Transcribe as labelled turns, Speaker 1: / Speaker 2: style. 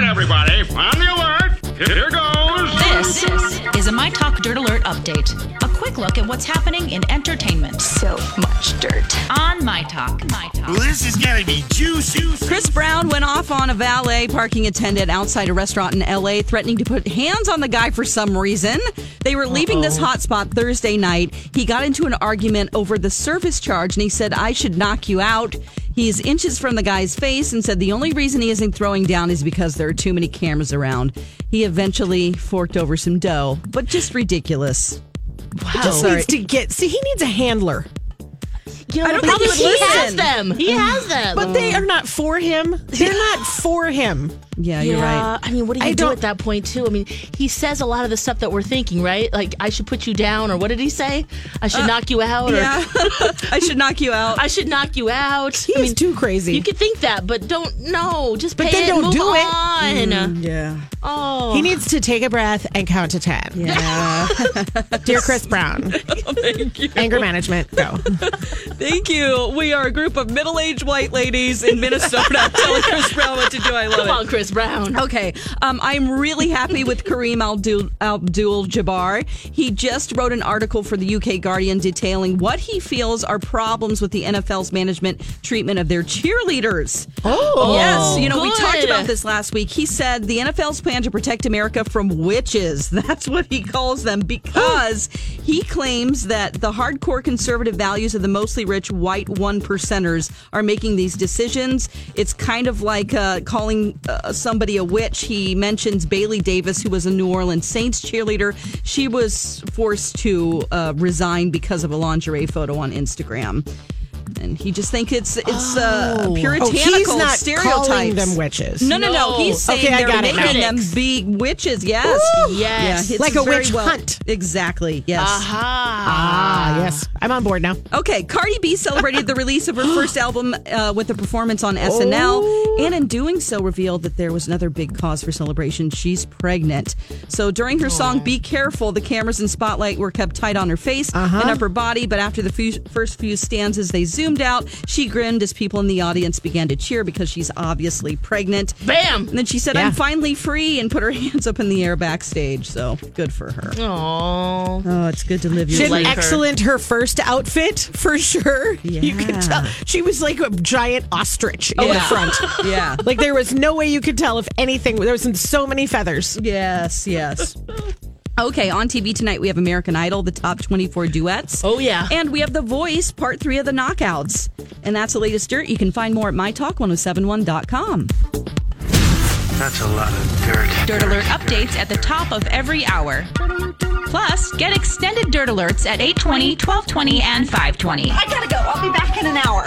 Speaker 1: safe. On the alert. Here goes.
Speaker 2: This is a My Talk Dirt Alert update. A quick look at what's happening in entertainment
Speaker 3: So much dirt.
Speaker 2: on My Talk. My Talk.
Speaker 4: This is gonna be juicy.
Speaker 5: Chris Brown went off on a valet parking attendant outside a restaurant in LA, threatening to put hands on the guy for some reason. They were leaving this hotspot Thursday night. He got into an argument over the service charge and he said, I should knock you out. He is inches from the guy's face and said the only reason he isn't throwing down is because there are too many cameras around. He eventually forked over some dough, but just ridiculous.
Speaker 6: Wow.
Speaker 5: Just
Speaker 6: Just
Speaker 5: Oh, sorry.
Speaker 6: needs to get. See, he needs a handler.
Speaker 7: You know,
Speaker 5: I don't
Speaker 7: but
Speaker 5: think he
Speaker 7: they-
Speaker 5: would
Speaker 7: has
Speaker 5: listen.
Speaker 7: them. He has them.
Speaker 6: But
Speaker 5: Oh.
Speaker 6: they are not for him. They're not for him.
Speaker 5: Yeah, you're
Speaker 7: Yeah,
Speaker 5: right.
Speaker 7: I mean, what do you
Speaker 6: I
Speaker 7: do
Speaker 6: don't-
Speaker 7: at that point, too? I mean, he says a lot of the stuff that we're thinking, right? Like, I should put you down, or what did he say? I
Speaker 6: Uh,
Speaker 7: should knock you out, or
Speaker 5: Yeah. I should knock you out.
Speaker 7: I should knock you out.
Speaker 6: He
Speaker 7: I
Speaker 6: is too crazy.
Speaker 7: You could think that, but don't. No, just
Speaker 6: But
Speaker 7: pay
Speaker 6: then
Speaker 7: it,
Speaker 6: don't
Speaker 7: move
Speaker 6: do it. Mm.
Speaker 7: on.
Speaker 5: yeah.
Speaker 7: Oh,
Speaker 6: He needs to take a breath and count to 10.
Speaker 5: Yeah.
Speaker 6: Dear Chris Brown. Anger management, go.
Speaker 5: Ah. Thank you. We are a group of middle aged white ladies in Minnesota telling Chris Brown what to do. I love
Speaker 7: come on,
Speaker 5: it.
Speaker 7: Chris Brown.
Speaker 6: Oh.
Speaker 5: Okay, um, I'm really happy with Kareem Abdul, Abdul Jabbar. He just wrote an article for the UK Guardian detailing what he feels are problems with the NFL's management treatment of their cheerleaders.
Speaker 6: Oh,
Speaker 5: Yes, you know, we
Speaker 7: good.
Speaker 5: talked about this last week. He said the NFL's plan to protect America from witches. That's what he calls them because he claims that the hardcore conservative values of the mostly rich white one percenters are making these decisions. It's kind of like uh, calling uh, somebody a witch. He mentions Bailey Davis, who was a New Orleans Saints cheerleader. She was forced to uh, resign because of a lingerie photo on Instagram. And he just thinks it's it's uh,
Speaker 6: Oh,
Speaker 5: puritanical
Speaker 6: he's not
Speaker 5: stereotypes.
Speaker 6: calling them witches.
Speaker 5: No, no, no.
Speaker 7: No.
Speaker 5: He's saying
Speaker 6: Okay, I
Speaker 5: they're
Speaker 6: got it
Speaker 5: making
Speaker 6: now.
Speaker 5: them
Speaker 7: Critics.
Speaker 5: be witches. Yes.
Speaker 7: Yes.
Speaker 5: Yeah, it's
Speaker 6: Like a
Speaker 5: very
Speaker 6: witch
Speaker 5: well-
Speaker 6: hunt.
Speaker 5: Exactly. Yes.
Speaker 7: Aha.
Speaker 6: Ah, yes. I'm on board now.
Speaker 5: Okay. Cardi B celebrated the release of her first album uh, with a performance on SNL,
Speaker 7: Oh.
Speaker 5: and in doing so, revealed that there was another big cause for celebration. She's pregnant. So during her
Speaker 7: Oh.
Speaker 5: song "Be Careful," the cameras and spotlight were kept tight on her face
Speaker 7: Uh-huh.
Speaker 5: and upper body, but after the few, first few stanzas, they zoomed out. She grinned as people in the audience began to cheer because she's obviously pregnant.
Speaker 7: Bam.
Speaker 5: And then she said,
Speaker 6: Yeah.
Speaker 5: I'm finally free, and put her hands up in the air backstage. So good for her.
Speaker 7: Oh.
Speaker 5: Oh, it's good to live your
Speaker 6: Did
Speaker 7: like her.
Speaker 6: excellent her. first outfit for sure. You
Speaker 5: Yeah.
Speaker 6: could tell she was like a giant ostrich in the
Speaker 5: Yeah.
Speaker 6: front.
Speaker 5: Yeah.
Speaker 6: Like there was no way you could tell if anything. There was so many feathers.
Speaker 5: Yes, yes. Okay, on TV tonight we have American Idol, the top 24 duets.
Speaker 7: Oh, yeah.
Speaker 5: And we have The Voice, part three of the knockouts. And that's the latest dirt. You can find more at mytalk1071.com.
Speaker 8: That's a lot of dirt.
Speaker 2: Dirt Alert updates at the top of every hour. Plus, get extended Dirt Alerts at 820, 1220, and 520.
Speaker 3: I gotta go. I'll be back in an hour.